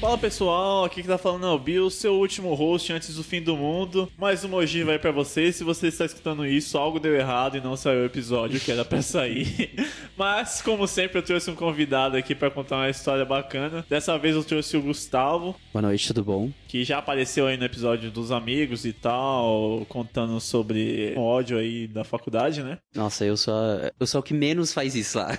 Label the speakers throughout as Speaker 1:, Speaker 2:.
Speaker 1: Fala pessoal, aqui que tá falando é o Bill, seu último host antes do fim do mundo. Mais um hoje vai pra vocês. Se você está escutando isso, algo deu errado e não saiu o episódio que era pra sair. Mas, como sempre, eu trouxe um convidado aqui pra contar uma história bacana. Dessa vez eu trouxe o Gustavo,
Speaker 2: Boa noite, tudo bom?
Speaker 1: que já apareceu aí no episódio dos amigos e tal, contando sobre o ódio aí da faculdade, né?
Speaker 2: Nossa, eu sou, a- eu sou o que menos faz isso lá.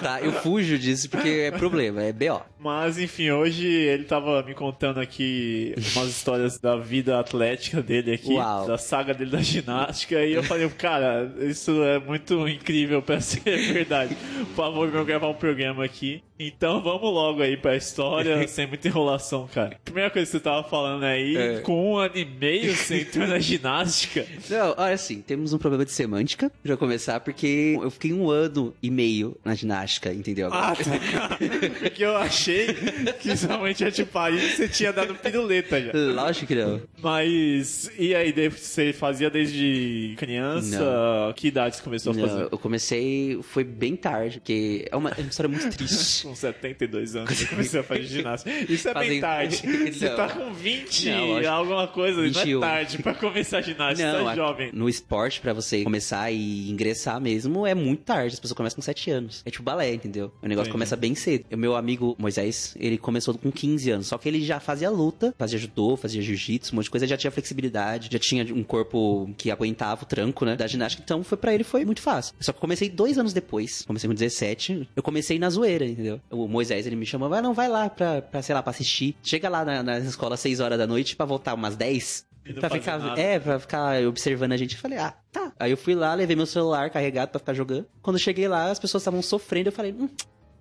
Speaker 2: tá? Eu fujo disso porque é problema, é B.O.
Speaker 1: Mas enfim, hoje ele tava me contando aqui umas histórias da vida atlética dele aqui,
Speaker 2: Uau.
Speaker 1: da saga dele da ginástica, e eu falei, cara, isso é muito incrível pra ser verdade. Por favor, vamos gravar um programa aqui. Então vamos logo aí pra história, sem muita enrolação, cara. Primeira coisa que você tava falando aí,
Speaker 2: É.
Speaker 1: com um ano e meio você entrou na ginástica.
Speaker 2: Não, olha assim, temos um problema de semântica, pra começar, porque eu fiquei um ano e meio na ginástica, entendeu?
Speaker 1: Ah, tá. Porque eu achei que somente ia te parir e você tinha dado piruleta já.
Speaker 2: Lógico que não.
Speaker 1: Mas, e aí, daí você fazia desde criança? Que idade você começou a
Speaker 2: Não,
Speaker 1: fazer?
Speaker 2: eu comecei, foi bem tarde, porque é uma, é uma história muito triste.
Speaker 1: Com 72 anos eu comecei a fazer ginástica. Isso é bem
Speaker 2: Fazem-
Speaker 1: tarde. Você
Speaker 2: Não.
Speaker 1: tá com 20
Speaker 2: Não,
Speaker 1: e
Speaker 2: lógico.
Speaker 1: alguma coisa, não
Speaker 2: 21.
Speaker 1: é tarde pra começar a ginástica, você
Speaker 2: a-
Speaker 1: é jovem.
Speaker 2: no esporte, pra você começar e ingressar mesmo, é muito tarde. As pessoas começam com 7 anos. É tipo balé, entendeu? O negócio
Speaker 1: Entendi.
Speaker 2: começa bem cedo. O meu amigo Moisés, ele começou com 15 anos. Só que ele já fazia luta, fazia judô, fazia jiu-jitsu, um monte de coisa. Já tinha flexibilidade, já tinha um corpo que aguentava o tranco, né? Da ginástica. Então, foi pra ele, foi muito fácil. Só que eu comecei dois anos depois. Comecei com 17. Eu comecei na zoeira, entendeu? O Moisés, ele me chamou, vai não, vai lá pra, pra sei lá, pra assistir. Chega lá na, na escola às 6 horas da noite pra voltar umas 10.
Speaker 1: E não
Speaker 2: Pra
Speaker 1: fazer
Speaker 2: ficar,
Speaker 1: nada.
Speaker 2: é, pra ficar observando a gente. Eu falei, ah, tá. Aí eu fui lá, levei meu celular carregado pra ficar jogando. Quando eu cheguei lá, as pessoas estavam sofrendo. Eu falei, hum,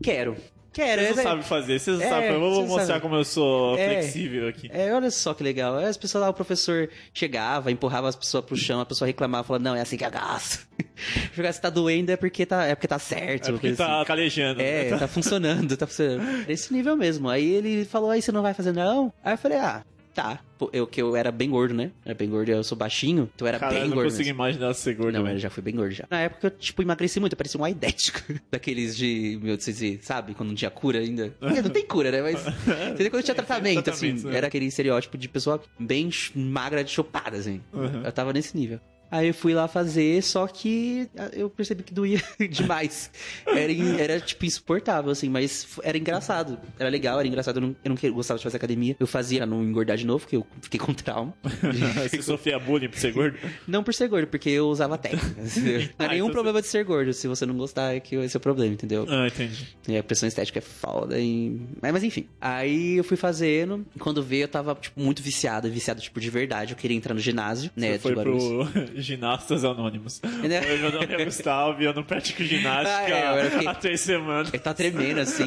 Speaker 2: quero. Quero.
Speaker 1: Você
Speaker 2: Essa-
Speaker 1: não sabe fazer, você não
Speaker 2: É,
Speaker 1: sabe. Eu
Speaker 2: você
Speaker 1: vou
Speaker 2: não
Speaker 1: mostrar
Speaker 2: sabe.
Speaker 1: como eu sou
Speaker 2: É.
Speaker 1: flexível aqui.
Speaker 2: É, olha só que legal. Aí As pessoas lá, o professor chegava, empurrava as pessoas pro chão, a pessoa reclamava, falava, não, é assim que agaça. Jogar se tá doendo é porque tá, é porque tá certo.
Speaker 1: É porque
Speaker 2: coisa assim.
Speaker 1: tá calejando. né?
Speaker 2: É, tá funcionando, tá funcionando. Nesse nível mesmo. Aí ele falou, aí você não vai fazer não? Aí eu falei, ah, tá. Pô, Eu que eu era bem gordo, né? Eu era bem gordo, eu sou baixinho, então eu era
Speaker 1: Cara, eu
Speaker 2: bem
Speaker 1: não
Speaker 2: gordo.
Speaker 1: consigo
Speaker 2: mesmo.
Speaker 1: imaginar ser gordo.
Speaker 2: Não,
Speaker 1: velho.
Speaker 2: eu já fui bem gordo já. Na época eu, tipo, emagreci muito, eu parecia um aidético. Daqueles de, meu Deus, vocês- sabe? Quando não tinha cura ainda. É, Não tem cura, né? Mas. Entendeu? Quando tinha tratamento,
Speaker 1: Tratamento,
Speaker 2: assim.
Speaker 1: né?
Speaker 2: Era aquele estereótipo de pessoa bem ch- magra de chopada, assim. Eu tava nesse nível. Aí eu fui lá fazer, só que ah, eu percebi que doía demais. Era, in- era, tipo, insuportável, assim, mas f- era engraçado. Era legal, era engraçado. Eu não, eu não que- gostava de fazer academia. Eu fazia pra não engordar de novo, porque eu fiquei com trauma.
Speaker 1: você sofria bullying por ser gordo?
Speaker 2: Não por ser gordo, porque eu usava técnicas. entendeu? Não
Speaker 1: Ah,
Speaker 2: é nenhum
Speaker 1: então
Speaker 2: problema de ser gordo. Se você não gostar, é que esse é o problema, entendeu?
Speaker 1: Ah, entendi.
Speaker 2: E a pressão estética é foda. E... Mas, mas enfim. Aí eu fui fazendo. E quando veio, eu tava, tipo, muito viciado. Viciado, tipo, de verdade. Eu queria entrar no ginásio, né?
Speaker 1: Você
Speaker 2: de
Speaker 1: foi
Speaker 2: Guarulhos.
Speaker 1: pro Ginastas Anônimos.
Speaker 2: Né?
Speaker 1: Oi, meu nome é Gustavo e eu não pratico
Speaker 2: Ah,
Speaker 1: ginástica
Speaker 2: é, eu era que-
Speaker 1: há três semanas.
Speaker 2: Ele tá tremendo, assim.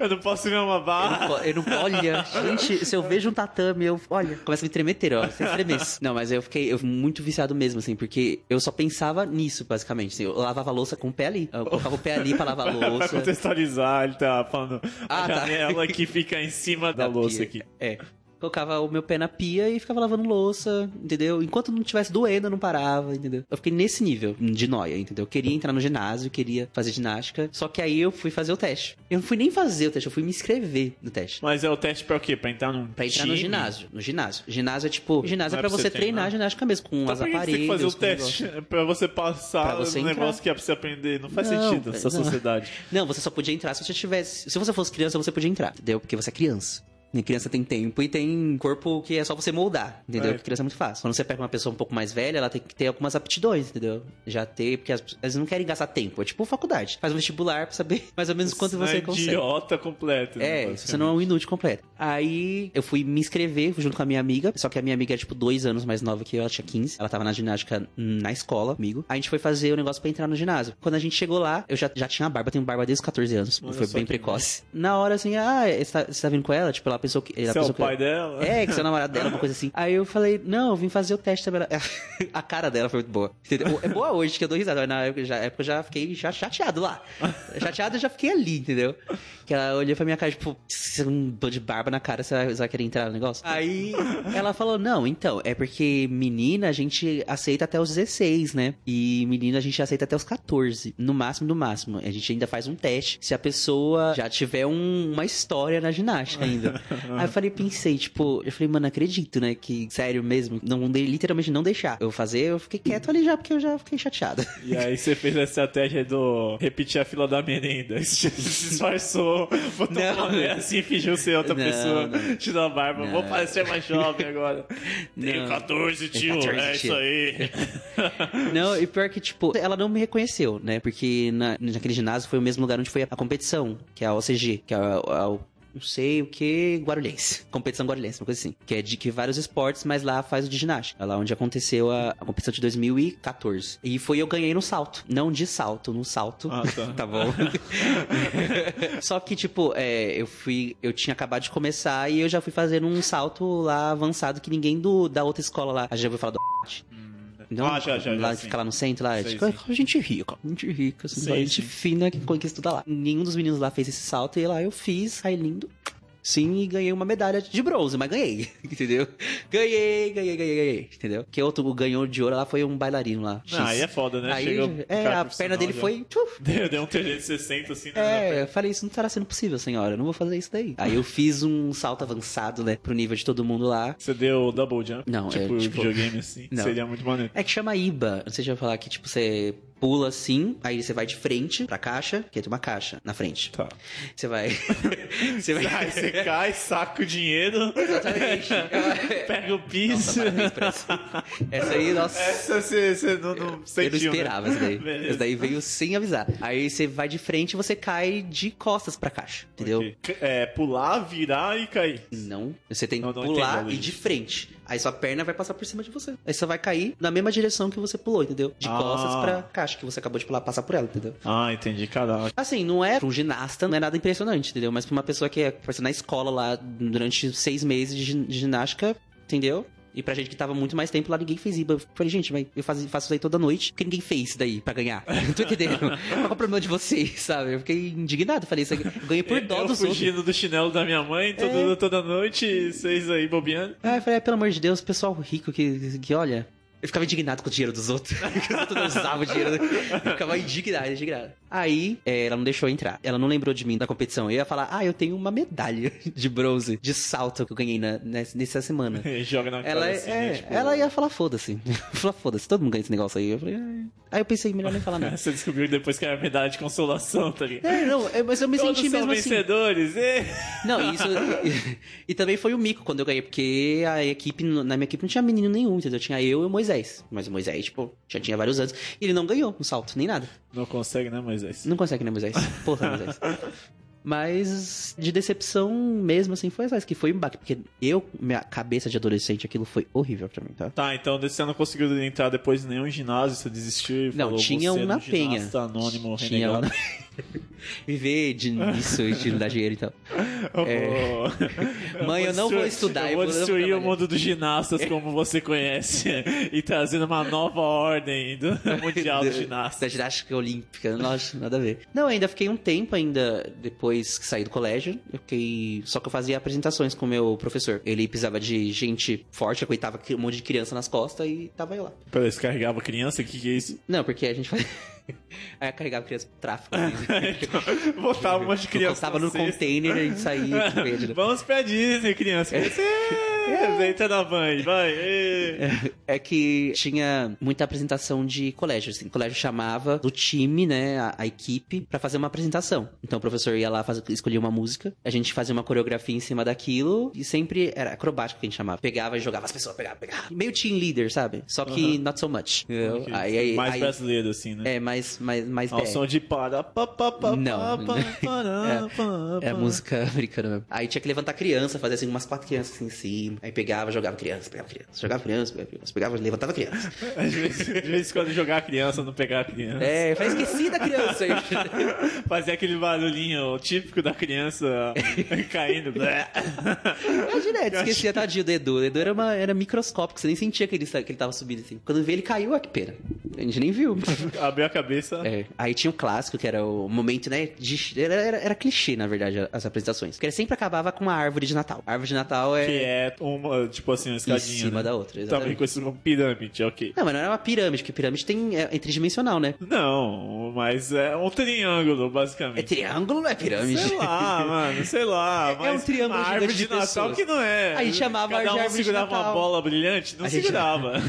Speaker 1: eu não posso ver uma barra.
Speaker 2: Eu não, olha, gente, se eu vejo um tatame, eu, olha, começa a me tremer inteiro, ó, sem tremesse. Não, mas eu fiquei eu, fui muito viciado mesmo, assim, porque eu só pensava nisso, basicamente. assim, eu lavava a louça com o pé ali. Eu colocava o pé ali pra lavar a
Speaker 1: Pra
Speaker 2: louça.
Speaker 1: contextualizar, ele tá falando a
Speaker 2: Ah, tá.
Speaker 1: janela que fica em cima da, louça
Speaker 2: pia.
Speaker 1: aqui.
Speaker 2: É. Colocava o meu pé na pia e ficava lavando louça, entendeu? Enquanto não tivesse doendo, eu não parava, entendeu? Eu fiquei nesse nível de noia, entendeu? Eu queria entrar no ginásio, queria fazer ginástica, só que aí eu fui fazer o teste. Eu não fui nem fazer o teste, eu fui me inscrever no teste.
Speaker 1: Mas é o teste pra o quê? Pra entrar num
Speaker 2: Pra entrar
Speaker 1: time?
Speaker 2: no ginásio. No ginásio. Ginásio é tipo. Ginásio
Speaker 1: Não
Speaker 2: é pra você treinar a ginástica mesmo, com
Speaker 1: Então
Speaker 2: as
Speaker 1: por que que você tem que
Speaker 2: aparelhos.
Speaker 1: fazer o
Speaker 2: com negócio.
Speaker 1: teste? É pra você passar
Speaker 2: Pra você
Speaker 1: um
Speaker 2: entrar.
Speaker 1: negócio que é pra você aprender. Não faz
Speaker 2: Não,
Speaker 1: sentido essa
Speaker 2: não.
Speaker 1: sociedade.
Speaker 2: Não, você só podia entrar se você tivesse. Se você fosse criança, você podia entrar, entendeu? Porque você é criança. E criança tem tempo e tem corpo que é só você moldar, entendeu?
Speaker 1: É.
Speaker 2: Porque criança é muito fácil. Quando você pega uma pessoa um pouco mais velha, ela tem que ter algumas aptidões, entendeu? Já ter, porque as- elas não querem gastar tempo. É tipo faculdade. Faz um vestibular pra saber mais ou menos
Speaker 1: Você
Speaker 2: quanto você
Speaker 1: é
Speaker 2: consegue.
Speaker 1: idiota completo. né,
Speaker 2: É, você não é um inútil completo. Aí eu fui me inscrever junto com a minha amiga, só que a minha amiga é tipo dois anos mais nova que eu, ela tinha 15. Ela tava na ginástica hum, na escola comigo. A gente foi fazer o negócio pra entrar no ginásio. Quando a gente chegou lá, eu já, já tinha barba, eu tenho barba desde os 14 anos.
Speaker 1: Olha
Speaker 2: foi
Speaker 1: só
Speaker 2: bem
Speaker 1: que
Speaker 2: precoce. Na hora assim, ah, você tá, você tá vindo com ela? Tipo, ela pensou que. Ela
Speaker 1: Você é
Speaker 2: pensou
Speaker 1: o
Speaker 2: que
Speaker 1: pai dela?
Speaker 2: É, que você é o namorado dela, uma coisa assim. Aí eu falei, não, eu vim fazer o teste também. Ela- A cara dela foi muito boa. Entendeu? É boa hoje, que eu dou risada, mas na época, eu já, época eu já fiquei já chateado lá. Chateado eu já fiquei ali, entendeu? Que ela olhou pra minha cara, tipo, "Você é um bando de barba na cara, você vai, você vai querer entrar no negócio? Aí ela falou, não, então, é porque menina a gente aceita até os 16, né? E menina a gente aceita até os 14. No máximo, no máximo. A gente ainda faz um teste se a pessoa já tiver um- uma história na ginástica ainda. Aí eu falei, pensei, tipo, eu falei, mano, acredito, né? Que sério mesmo, não, de- literalmente não deixar eu fazer, eu fiquei quieto ali já, porque eu já fiquei chateado.
Speaker 1: E aí você fez a estratégia do repetir a fila da merenda. Se disfarçou, botou
Speaker 2: Não.
Speaker 1: um boné assim, fingiu ser outra
Speaker 2: Não,
Speaker 1: pessoa,
Speaker 2: não.
Speaker 1: tirou a barba.
Speaker 2: Não.
Speaker 1: Vou parecer mais jovem agora. Tenho
Speaker 2: Não.
Speaker 1: 14, tio.
Speaker 2: 14,
Speaker 1: é
Speaker 2: tio.
Speaker 1: isso aí.
Speaker 2: Não, e pior que, tipo, ela não me reconheceu, né? Porque na, naquele ginásio foi o mesmo lugar onde foi a, a competição, que é a OCG, que é a, a- o- não sei o que, Guarulhense. Competição Guarulhense, uma coisa assim. Que é de que vários esportes, mas lá faz o de ginástica. É lá onde aconteceu a, a competição de 2014. E foi eu ganhei no salto. Não de salto, no salto.
Speaker 1: Ah, tá.
Speaker 2: tá bom. Só que, tipo, é, eu fui. Eu tinha acabado de começar e eu já fui fazendo um salto lá avançado que ninguém do, da outra escola lá. A gente já ouviu falar do não,
Speaker 1: Ah, já, já, já,
Speaker 2: lá que
Speaker 1: sim.
Speaker 2: fica lá no centro, lá. é
Speaker 1: Sei,
Speaker 2: tipo,
Speaker 1: sim.
Speaker 2: "Ah, gente rica, gente rica, assim,
Speaker 1: Sim, sim.
Speaker 2: gente fina que que estuda lá. Nenhum dos meninos lá fez esse salto e lá eu fiz, saí lindo. Sim, e ganhei uma medalha de bronze, mas ganhei, entendeu? Ganhei, ganhei, ganhei, ganhei, entendeu? Que outro ganhou de ouro lá foi um bailarino lá. X.
Speaker 1: Não, aí é foda, né?
Speaker 2: Aí,
Speaker 1: Chegou cara
Speaker 2: é, a perna
Speaker 1: profissional
Speaker 2: dele
Speaker 1: já.
Speaker 2: foi. tchuf,
Speaker 1: Deu, deu um 360 assim, né?
Speaker 2: é, eu falei, isso não estará sendo possível, senhora. Eu não vou fazer isso daí. Aí eu fiz um salto avançado, né? Pro nível de todo mundo lá.
Speaker 1: Você deu double jump?
Speaker 2: Não, é,
Speaker 1: tipo,
Speaker 2: tipo-
Speaker 1: videogame assim.
Speaker 2: Não.
Speaker 1: Seria muito maneiro.
Speaker 2: É que chama IBA. Não sei se eu ia falar que, tipo, você pula assim, aí você vai de frente pra caixa, que tem uma caixa na frente.
Speaker 1: Tá.
Speaker 2: Você vai. você vai.
Speaker 1: Aí você cai, saca o dinheiro,
Speaker 2: Exatamente.
Speaker 1: pega o
Speaker 2: Nossa,
Speaker 1: piso.
Speaker 2: parabéns pra isso. Essa aí, nossa.
Speaker 1: Essa você, você não, não
Speaker 2: Eu não
Speaker 1: É, sentiu, né?
Speaker 2: esperava essa daí.
Speaker 1: Beleza.
Speaker 2: Essa daí veio sem avisar. Aí você vai de frente e você cai de costas pra caixa, entendeu?
Speaker 1: Ok. C- É, pular, virar e cair.
Speaker 2: Não, você tem que
Speaker 1: Não, não
Speaker 2: pular
Speaker 1: entendi a
Speaker 2: e de frente. Aí sua perna vai passar por cima de você. Aí você vai cair na mesma direção que você pulou, entendeu? De
Speaker 1: Ah.
Speaker 2: costas pra caixa que você acabou de pular, passar por ela, entendeu?
Speaker 1: Ah, entendi, caraca.
Speaker 2: Assim, não é pra um ginasta, não é nada impressionante, entendeu? Mas pra uma pessoa que é parece, na escola lá durante seis meses de gin- de ginástica, entendeu? E pra gente que tava muito mais tempo lá, ninguém fez IBA. Eu falei, gente, mas eu faz- faço isso aí toda noite, porque ninguém fez isso daí pra ganhar. Não tô entendendo. Qual é o problema de vocês, sabe? Eu fiquei indignado. Falei, isso aqui. eu Ganhei por dó
Speaker 1: eu
Speaker 2: dos outros. É.
Speaker 1: fugindo do chinelo da minha mãe todo- toda, noite, e vocês aí bobeando.
Speaker 2: Ah, eu falei, ah, pelo amor de Deus, pessoal rico que, que olha. Eu ficava indignado com o dinheiro dos outros. Porque os outros não usavam o dinheiro. Eu ficava indignado, indignado. Aí, é, ela não deixou eu entrar. Ela não lembrou de mim da competição. Eu ia falar, ah, eu tenho uma medalha de bronze, de salto que eu ganhei na, nessa, nessa semana.
Speaker 1: E joga na
Speaker 2: Ela,
Speaker 1: cara assim,
Speaker 2: é,
Speaker 1: né, tipo,
Speaker 2: ela ia falar, foda-se. Falar, foda-se, todo mundo ganha esse negócio aí. Eu falei, ah. Aí eu pensei, melhor nem falar nada.
Speaker 1: Você descobriu depois que era medalha de consolação, tá ligado?
Speaker 2: É, não, é, mas eu me
Speaker 1: Todos
Speaker 2: senti
Speaker 1: são
Speaker 2: mesmo assim.
Speaker 1: vencedores, e...
Speaker 2: Não, isso. e também foi o mico quando eu ganhei, porque a equipe, na minha equipe não tinha menino nenhum, entendeu? Tinha eu e o Moisés. Mas o Moisés, tipo, já tinha vários anos. E ele não ganhou um salto, nem nada.
Speaker 1: Não consegue, né, Moisés?
Speaker 2: Não consegue, né, Moisés? Porra, Moisés. Mas de decepção mesmo, assim, foi essa, que foi um baque. Porque eu, minha cabeça de adolescente, aquilo foi horrível pra mim, tá?
Speaker 1: Tá, então você não conseguiu entrar depois em nenhum ginásio, você desistiu e
Speaker 2: Não,
Speaker 1: falou,
Speaker 2: tinha
Speaker 1: você
Speaker 2: um
Speaker 1: é
Speaker 2: na
Speaker 1: um ginasta
Speaker 2: Penha.
Speaker 1: anônimo,
Speaker 2: Tinha
Speaker 1: renegado.
Speaker 2: um- Viver de, nisso, de não dar dinheiro e tal.
Speaker 1: Eu vou-
Speaker 2: É. Mãe, eu não vou estudar,
Speaker 1: Eu vou
Speaker 2: eu vou-
Speaker 1: destruir o
Speaker 2: trabalhar.
Speaker 1: mundo dos ginastas como você conhece e trazendo uma nova ordem do mundial do
Speaker 2: Da
Speaker 1: ginasta.
Speaker 2: ginástica olímpica, nossa, nada a ver. Não, ainda fiquei um tempo ainda depois que saí do colégio. Eu fiquei. Só que eu fazia apresentações com o meu professor. Ele precisava de gente forte, aguentava um monte de criança nas costas e tava eu lá.
Speaker 1: Peraí, você carregava criança? O que, que é isso?
Speaker 2: Não, porque a gente fazia. Aí eu carregava criança pro tráfico. né?
Speaker 1: Então, Botava um monte de
Speaker 2: Eu
Speaker 1: criança.
Speaker 2: encostava no
Speaker 1: na cesta.
Speaker 2: container e a gente saía tipo, né? com ele.
Speaker 1: Vamos pra Disney, criança. Você entra na mãe, vai. ê.
Speaker 2: É que tinha muita apresentação de colégio, assim. O colégio chamava o time, né, a, a equipe, pra fazer uma apresentação. Então o professor ia lá, faz, escolhia uma música, a gente fazia uma coreografia em cima daquilo, e sempre era acrobático que a gente chamava. Pegava e jogava as pessoas, pegava, pegava. Meio team leader, sabe? Só que
Speaker 1: Aham.
Speaker 2: not so much. entendeu?
Speaker 1: Ok.
Speaker 2: É. Aí, aí,
Speaker 1: mais
Speaker 2: aí-
Speaker 1: brasileiro, assim, né?
Speaker 2: É, mais, mais, mais
Speaker 1: Ao
Speaker 2: BR.
Speaker 1: som de para, pa, pa, pa,
Speaker 2: Não.
Speaker 1: pa, pa,
Speaker 2: É-
Speaker 1: pa, pa,
Speaker 2: É a
Speaker 1: pa.
Speaker 2: música americana mesmo. Aí tinha que levantar criança, fazer assim umas quatro crianças assim em cima. Aí pegava, jogava criança, pegava criança, jogava criança, pegava criança, pegava, levantava criança.
Speaker 1: Às vezes, de vez em quando jogar a criança, não pegar a criança.
Speaker 2: É, faz esqueci da criança aí.
Speaker 1: Fazer aquele barulhinho típico da criança caindo.
Speaker 2: É direto, esquecia, tadinho do Edu. O Edu era, uma, era microscópico, você nem sentia que ele, sa- que ele tava subindo assim. Quando vê, ele caiu, ah, que pena. A gente nem viu.
Speaker 1: Abriu a cabeça.
Speaker 2: É. Aí tinha o clássico, que era o momento, né? de- era, era- era clichê, na verdade, as apresentações. Porque ele sempre acabava com uma árvore de Natal. A árvore de Natal é.
Speaker 1: Que é uma, tipo assim, uma escadinha.
Speaker 2: cima
Speaker 1: né?
Speaker 2: da outra,
Speaker 1: Também
Speaker 2: exatamente.
Speaker 1: com esse pirâmide, ok.
Speaker 2: Não, mas não era uma pirâmide, porque pirâmide tem, é, é tridimensional, né?
Speaker 1: Não, mas é um triângulo,
Speaker 2: É
Speaker 1: basicamente.
Speaker 2: triângulo, não é pirâmide.
Speaker 1: Sei lá, mano, sei lá. Mas
Speaker 2: um triângulo
Speaker 1: a árvore
Speaker 2: gigante
Speaker 1: de
Speaker 2: de
Speaker 1: Natal
Speaker 2: pessoas.
Speaker 1: que não é.
Speaker 2: A gente chamava
Speaker 1: Cada
Speaker 2: de
Speaker 1: um
Speaker 2: árvore de
Speaker 1: segurava uma
Speaker 2: Natal.
Speaker 1: bola brilhante? Não
Speaker 2: A gente-
Speaker 1: segurava.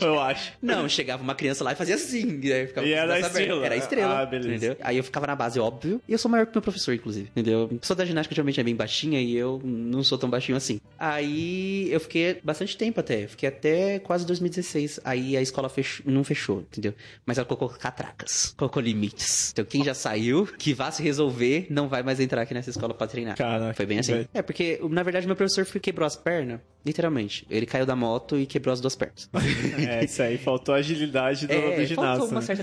Speaker 1: eu acho.
Speaker 2: Não, chegava uma criança lá e fazia assim. E, aí ficava
Speaker 1: E
Speaker 2: com os
Speaker 1: era
Speaker 2: braços
Speaker 1: a estrela.
Speaker 2: abertos. Era a estrela.
Speaker 1: Ah, beleza.
Speaker 2: Entendeu? Aí eu ficava na base, óbvio. E eu sou maior que meu professor, inclusive. Entendeu? A pessoa da ginástica geralmente é bem baixinha e eu não sou tão baixinho assim. Aí eu fiquei bastante tempo até. Fiquei até quase 2016. Aí a escola fechou, não fechou, entendeu? Mas ela colocou catracas. Colocou limites. Então quem já saiu, que vá se resolver, não vai mais entrar aqui nessa escola pra treinar.
Speaker 1: Caraca,
Speaker 2: Foi bem assim.
Speaker 1: velho.
Speaker 2: É, porque na verdade meu professor foi- quebrou as pernas. Literalmente. Ele caiu da moto e quebrou as duas pernas.
Speaker 1: É, isso aí faltou a agilidade do, do
Speaker 2: É,
Speaker 1: ginásio.
Speaker 2: faltou uma
Speaker 1: né? Ah,
Speaker 2: certa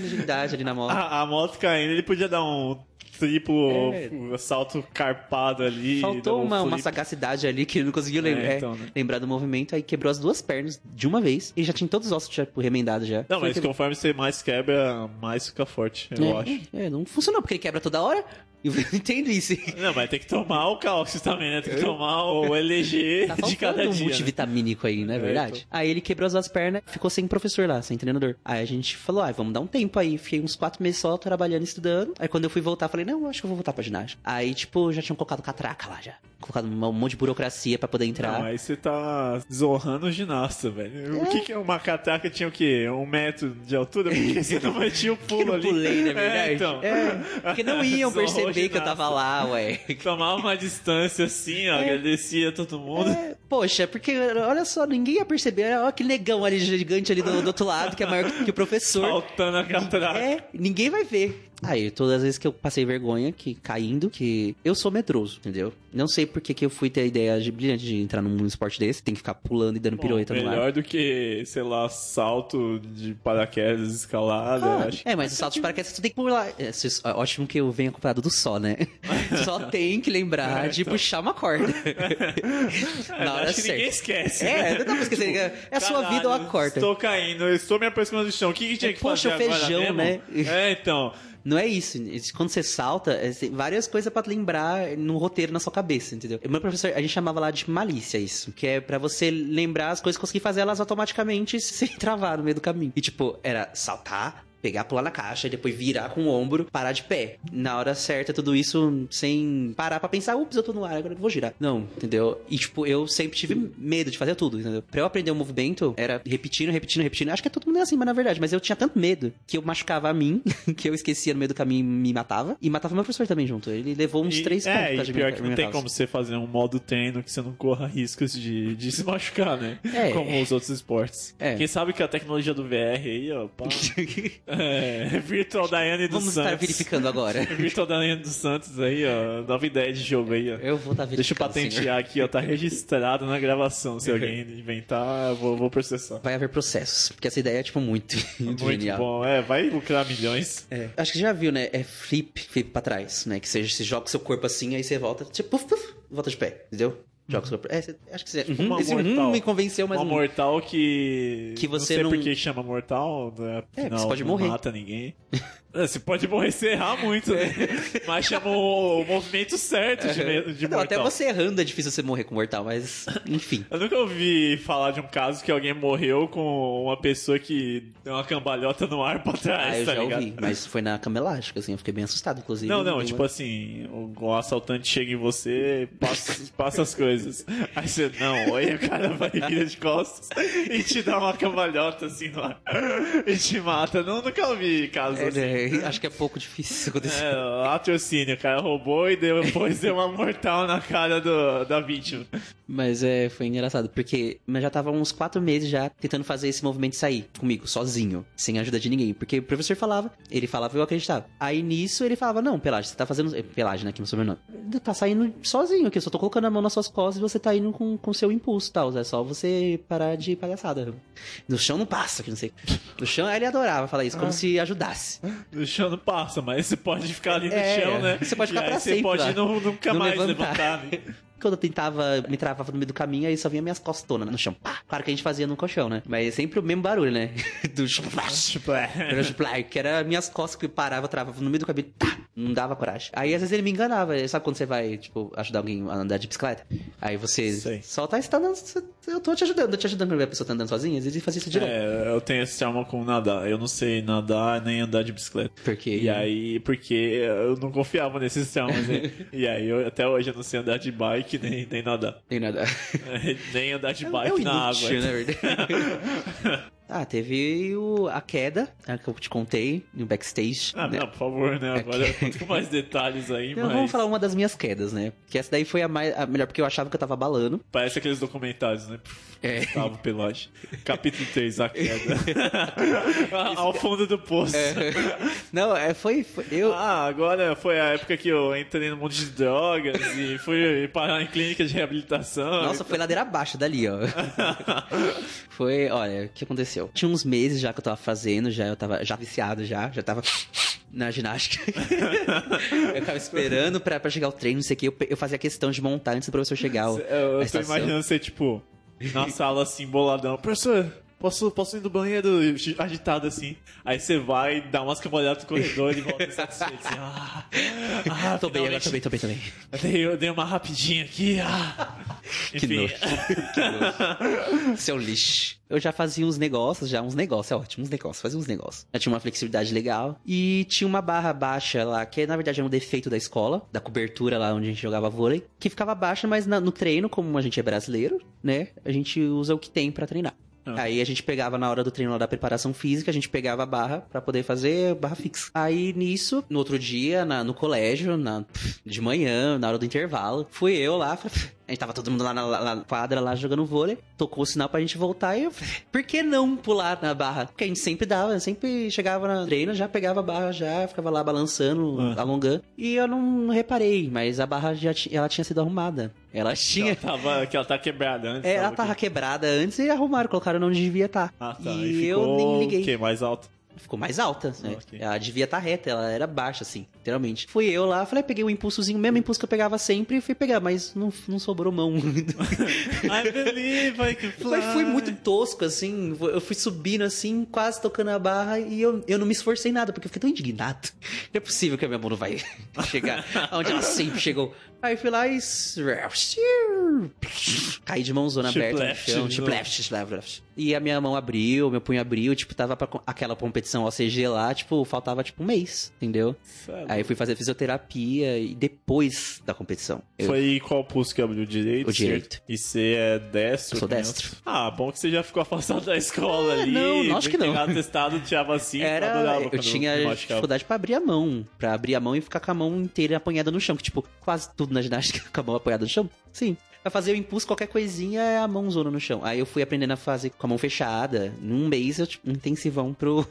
Speaker 2: agilidade ali na moto.
Speaker 1: a, a moto caindo, ele podia dar um triplo um salto carpado ali. dar
Speaker 2: É. faltou
Speaker 1: um
Speaker 2: uma, uma
Speaker 1: flip.
Speaker 2: sagacidade ali que ele não conseguiu
Speaker 1: É,
Speaker 2: lembrar, é,
Speaker 1: então, né?
Speaker 2: lembrar do movimento. Aí quebrou as duas pernas de uma vez e já tinha todos os ossos tipo, remendados já.
Speaker 1: Não,
Speaker 2: Foi
Speaker 1: mas
Speaker 2: que-
Speaker 1: conforme você mais quebra, mais fica forte, eu
Speaker 2: é,
Speaker 1: acho.
Speaker 2: É, não funcionou porque ele quebra toda hora. Eu não entendo isso.
Speaker 1: Não, mas tem que tomar o cálcio também, né? Tem que tomar o LG
Speaker 2: Tá
Speaker 1: de
Speaker 2: faltando
Speaker 1: cada
Speaker 2: um
Speaker 1: dia. né? então.
Speaker 2: multivitamínico aí, não é verdade? Aí ele quebrou as duas pernas, ficou sem professor lá, sem treinador. Aí a gente falou, ah, vamos dar um tempo aí. Fiquei uns quatro meses só trabalhando, estudando. Aí quando eu fui voltar, falei, não, acho que eu vou voltar pra ginástica. Aí, tipo, já tinham colocado catraca lá, já. Colocado um monte de burocracia pra poder entrar.
Speaker 1: Não, aí você tá desonrando o ginasta, velho. O que, que é uma catraca tinha o quê? Um metro de altura? Porque você não batia o pulo
Speaker 2: Eu
Speaker 1: ali.
Speaker 2: pulei, na verdade.
Speaker 1: É, então.
Speaker 2: É, porque não iam
Speaker 1: Zorrou
Speaker 2: perceber que eu tava lá, É. ué.
Speaker 1: Tomava uma distância assim, ó, agradecia a todo mundo.
Speaker 2: É, poxa, porque olha só, ninguém ia perceber. Olha aquele negão ali gigante ali do, do outro lado, que é maior que o professor.
Speaker 1: Faltando a catraca.
Speaker 2: É, ninguém vai ver. Aí, todas as vezes que eu passei vergonha, que caindo, que eu sou medroso, entendeu? Não sei por que que eu fui ter a ideia de brilhante de entrar num esporte desse, tem que ficar pulando e dando Um pirueta
Speaker 1: Bom,
Speaker 2: no
Speaker 1: melhor
Speaker 2: ar.
Speaker 1: do que, sei lá, salto de paraquedas escalada,
Speaker 2: Ah,
Speaker 1: acho.
Speaker 2: é, mas o salto de paraquedas tu tem que pular. É, se- ó, ótimo que eu venho acompanhado do só, né? Só tem que lembrar de puxar uma corda.
Speaker 1: É,
Speaker 2: Na hora
Speaker 1: acho que ninguém
Speaker 2: certa.
Speaker 1: esquece.
Speaker 2: É,
Speaker 1: né?
Speaker 2: não dá pra esquecer. É a sua
Speaker 1: Caralho,
Speaker 2: vida ou a corda.
Speaker 1: Estou caindo, eu estou me aproximando do chão. O que, que tinha
Speaker 2: É,
Speaker 1: que
Speaker 2: poxa,
Speaker 1: fazer agora
Speaker 2: feijão,
Speaker 1: mesmo?
Speaker 2: né?
Speaker 1: É, então.
Speaker 2: Não é isso. Isso- Quando você salta, é, tem várias coisas pra lembrar no roteiro na sua cabeça, entendeu? Meu professor, a gente chamava lá de malícia isso, que é pra você lembrar as coisas, conseguir fazer elas automaticamente sem travar no meio do caminho. E tipo, era saltar, pegar, pular na caixa, e depois virar com o ombro, parar de pé. Na hora certa, tudo isso sem parar pra pensar, ups, eu tô no ar, agora eu vou girar. Não, entendeu? E tipo, eu sempre tive medo de fazer tudo, entendeu? Pra eu aprender o movimento, era repetindo, repetindo, repetindo. Acho que todo mundo era assim, mas na verdade, mas eu tinha tanto medo que eu machucava a mim, que eu esquecia no meio do caminho e me matava. E matava meu professor também junto. Ele levou uns
Speaker 1: E-
Speaker 2: três pontos
Speaker 1: É,
Speaker 2: pra
Speaker 1: e
Speaker 2: gente
Speaker 1: pior
Speaker 2: me-
Speaker 1: que
Speaker 2: me
Speaker 1: não tem
Speaker 2: matar.
Speaker 1: como você fazer um modo treino que você não corra riscos de, de se machucar, né?
Speaker 2: É.
Speaker 1: Como os outros esportes.
Speaker 2: É.
Speaker 1: Quem sabe que a tecnologia do VR aí, ó, pá. é, Virtual Daiane dos
Speaker 2: Vamos
Speaker 1: um Santos.
Speaker 2: estar verificando agora.
Speaker 1: Virtual Daiane dos Santos aí, ó. Nova ideia de jogo aí, ó.
Speaker 2: Eu vou estar verificando.
Speaker 1: Deixa eu
Speaker 2: senhor.
Speaker 1: patentear aqui, ó. Tá registrado na gravação. Se alguém inventar, eu vou, vou processar.
Speaker 2: Vai haver processos, porque essa ideia é, tipo, muito, muito
Speaker 1: Muito
Speaker 2: genial.
Speaker 1: bom. É, vai lucrar milhões.
Speaker 2: É. Acho que você já viu, né? É flip, flip pra trás, né? Que seja, você joga o seu corpo assim, aí você volta, tipo, puf, puf, volta de pé, entendeu? Joga o seu corpo. É, você- acho que você.
Speaker 1: Uma
Speaker 2: Uhum, esse
Speaker 1: Tipo, um mortal.
Speaker 2: hum me convenceu, mas
Speaker 1: um
Speaker 2: um-
Speaker 1: mortal que.
Speaker 2: Que você
Speaker 1: não sei
Speaker 2: não-
Speaker 1: por que chama mortal. Né?
Speaker 2: É,
Speaker 1: Afinal,
Speaker 2: você pode
Speaker 1: não
Speaker 2: morrer.
Speaker 1: mata ninguém. É, você pode morrer se errar muito, né? Mas chama o, o movimento certo de, me- de
Speaker 2: É. Não, até
Speaker 1: mortal.
Speaker 2: você errando é difícil você morrer com mortal, mas enfim.
Speaker 1: Eu nunca ouvi falar de um caso que alguém morreu com uma pessoa que deu uma cambalhota no ar pra trás,
Speaker 2: Ah, eu
Speaker 1: tá
Speaker 2: já
Speaker 1: ligado?
Speaker 2: ouvi, mas foi na cama elástica, assim, eu fiquei bem assustado, inclusive.
Speaker 1: Não, não, tipo assim, o, o assaltante chega em você, passa, passa as coisas. Aí você, não, aí o cara vai e vira de costas e te dá uma cambalhota assim no ar. E te mata. Não, nunca ouvi casos
Speaker 2: É,
Speaker 1: assim.
Speaker 2: né, é, acho que é pouco difícil acontecer.
Speaker 1: É, latrocínio, o cara roubou e depois deu uma mortal na cara do, da vítima.
Speaker 2: Mas é, foi engraçado, porque eu já tava uns quatro meses já tentando fazer esse movimento sair comigo, sozinho, sem ajuda de ninguém. Porque o professor falava, ele falava e eu acreditava. Aí nisso ele falava, não, Pelagem, você tá fazendo. é, Pelagem, né? Que é meu sobrenome. Tá saindo sozinho aqui, eu só tô colocando a mão nas suas costas e você tá indo com o seu impulso e tal. É só você parar de palhaçada. No chão não passa, que não sei. No chão aí ele adorava falar isso, como se ajudasse.
Speaker 1: No chão não passa, mas você pode ficar ali no
Speaker 2: É,
Speaker 1: chão, né?
Speaker 2: você pode ficar
Speaker 1: e aí
Speaker 2: pra
Speaker 1: você
Speaker 2: sempre lá.
Speaker 1: pode não, nunca
Speaker 2: Não
Speaker 1: mais levantar,
Speaker 2: levantar.
Speaker 1: né?
Speaker 2: Quando eu tentava, me travava no meio do caminho, aí só vinha minhas costonas no chão. Pá! Claro que a gente fazia no colchão, né? Mas sempre o mesmo barulho, né? Do chão.
Speaker 1: Tipo, é.
Speaker 2: Butterfly, que era minhas costas que parava, travava no meio do cabelo, tá, não dava coragem. Aí às vezes ele me enganava, Ele- sabe quando você vai, tipo, ajudar alguém a andar de bicicleta? Aí você
Speaker 1: Sei.
Speaker 2: só tá, você tá andando, você- eu tô te ajudando, eu te ajudando quando a pessoa tá andando sozinha, às vezes ele fazia isso direto.
Speaker 1: É, eu tenho esse trauma com nadar. Eu não sei nadar nem andar de bicicleta.
Speaker 2: Porque
Speaker 1: É. E aí, porque eu não confiava nesses traumas, né? E aí, eu- até hoje eu não sei andar de bike nem, nem nadar.
Speaker 2: tem nada.
Speaker 1: nem andar de
Speaker 2: É,
Speaker 1: bike
Speaker 2: é um
Speaker 1: na água.
Speaker 2: inútil, na verdade. ah, teve o, a queda, a que eu te contei, no backstage.
Speaker 1: Ah,
Speaker 2: né?
Speaker 1: não, por favor, né? Agora eu conto com mais detalhes aí,
Speaker 2: Então,
Speaker 1: mas
Speaker 2: vamos falar uma das minhas quedas, né? Que essa daí foi a, mais, a melhor, porque eu achava que eu tava balando.
Speaker 1: parece aqueles documentários, né?
Speaker 2: É.
Speaker 1: Gustavo Pelote. Capítulo 3, a queda. Ao fundo do poço.
Speaker 2: Não, é, foi, foi- eu,
Speaker 1: Ah, agora foi a época que eu entrei no mundo de drogas e fui parar em clínica de reabilitação.
Speaker 2: Nossa, foi ladeira abaixo dali, ó. foi, olha, o que aconteceu? Tinha uns meses já que eu tava fazendo, já eu tava já viciado já, já tava na ginástica. eu tava esperando pra, pra chegar o treino, não sei o que. Eu, pe- eu fazia questão de montar antes do professor chegar.
Speaker 1: Eu,
Speaker 2: ó, a
Speaker 1: eu tô
Speaker 2: estação.
Speaker 1: imaginando você, tipo, na sala assim, boladão. Professor, posso, posso ir do banheiro agitado assim? Aí você vai, dá umas cambalhadas no corredor e volta satisfeito. Assim, ah, ah,
Speaker 2: Tô bem, agora
Speaker 1: finalmente.
Speaker 2: tô bem, tô bem, tô bem.
Speaker 1: Dei, eu dei uma rapidinha aqui. Ah.
Speaker 2: Que nojo. que nojo. Seu lixo. Eu já fazia uns negócios, já uns negócios, é ótimo, uns negócios, fazia uns negócios. Já tinha uma flexibilidade legal. E tinha uma barra baixa lá, que na verdade era um defeito da escola, da cobertura lá onde a gente jogava vôlei, que ficava baixa, mas na- no treino, como a gente é brasileiro, né, a gente usa o que tem pra treinar.
Speaker 1: Ah.
Speaker 2: Aí a gente pegava na hora do treino lá da preparação física, a gente pegava a barra pra poder fazer barra fixa. Aí nisso, no outro dia, na- no colégio, na, de manhã, na hora do intervalo, fui eu lá, falei, a gente tava todo mundo lá na, lá na quadra, lá jogando vôlei, tocou o sinal pra gente voltar e eu falei, por que não pular na barra? Porque a gente sempre dava, né? sempre chegava na treina, já pegava a barra, já ficava lá balançando,
Speaker 1: Ah.
Speaker 2: alongando. E eu não reparei, mas a barra já ti- ela tinha sido arrumada. Ela
Speaker 1: Que ela,
Speaker 2: tinha.
Speaker 1: tava, que ela tá quebrada antes.
Speaker 2: É, ela tava
Speaker 1: quebrada.
Speaker 2: quebrada antes e arrumaram, colocaram onde devia estar.
Speaker 1: Ah, tá.
Speaker 2: E,
Speaker 1: ficou
Speaker 2: eu nem liguei.
Speaker 1: O quê? Mais alto?
Speaker 2: Ficou mais alta, né?
Speaker 1: Ah, ok.
Speaker 2: Ela devia estar reta, ela era baixa, assim, literalmente. Fui eu lá, falei, peguei um impulsozinho, o mesmo impulso que eu pegava sempre, e fui pegar, mas não, não sobrou mão.
Speaker 1: I believe I can fly.
Speaker 2: Mas fui muito tosco, assim, eu fui subindo, assim, quase tocando a barra, e eu, eu não me esforcei nada, porque eu fiquei tão indignado. Não é possível que a minha mão não vai chegar onde ela sempre chegou. Aí fui lá e... Caí de mãozona
Speaker 1: Chip
Speaker 2: aberta no
Speaker 1: left,
Speaker 2: chão,
Speaker 1: de
Speaker 2: chip
Speaker 1: novo.
Speaker 2: left, chip left. E a minha mão abriu, meu punho abriu, tipo, tava pra com- aquela competição OCG lá, tipo, faltava, tipo, um mês, entendeu?
Speaker 1: Sabe?
Speaker 2: Aí eu fui fazer fisioterapia e depois da competição. Eu
Speaker 1: Foi qual pulso que abriu? O direito?
Speaker 2: O direito.
Speaker 1: E você é destro?
Speaker 2: Eu sou
Speaker 1: né?
Speaker 2: destro. É,
Speaker 1: Ah, bom que você já ficou afastado da escola ali.
Speaker 2: não, não, acho que não.
Speaker 1: Pegava testado, tirava assim.
Speaker 2: Era,
Speaker 1: adorava
Speaker 2: eu
Speaker 1: quando
Speaker 2: tinha
Speaker 1: me machucava.
Speaker 2: dificuldade pra abrir a mão. Pra abrir a mão e ficar com a mão inteira apanhada no chão. Que, tipo, quase tudo na ginástica com a mão apanhada no chão. Sim. Pra fazer o impulso, qualquer coisinha é a mão zona no chão. Aí eu fui aprendendo a fazer com a mão fechada. Num mês, eu, tipo, um intensivão pro,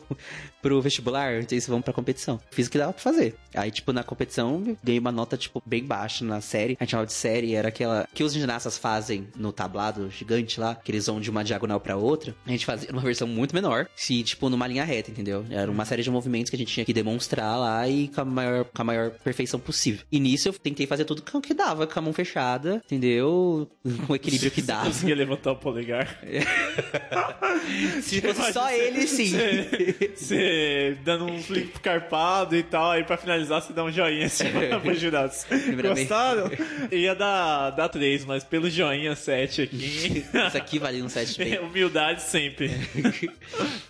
Speaker 2: pro vestibular, um intensivão pra competição. Fiz o que dava pra fazer. Aí, tipo, na competição, eu ganhei uma nota, tipo, bem baixa na série. A gente chamava de série, era aquela que os ginastas fazem no tablado gigante lá, que eles vão de uma diagonal pra outra. A gente fazia numa versão muito menor, se, tipo, numa linha reta, entendeu? Era uma série de movimentos que a gente tinha que demonstrar lá e com a maior, com a maior perfeição possível. E nisso eu tentei fazer tudo com o que dava, com a mão fechada, entendeu? Com o equilíbrio que dava.
Speaker 1: Conseguia levantar o polegar.
Speaker 2: se fosse só ele, sim.
Speaker 1: Você, você dando um flip carpado e tal. Aí pra finalizar, você dá um joinha assim pros jurados.
Speaker 2: Primeiramente.
Speaker 1: Gostaram? Ia dar, dar 3, mas pelo joinha 7 aqui.
Speaker 2: Isso aqui vale um set bem.
Speaker 1: Humildade sempre.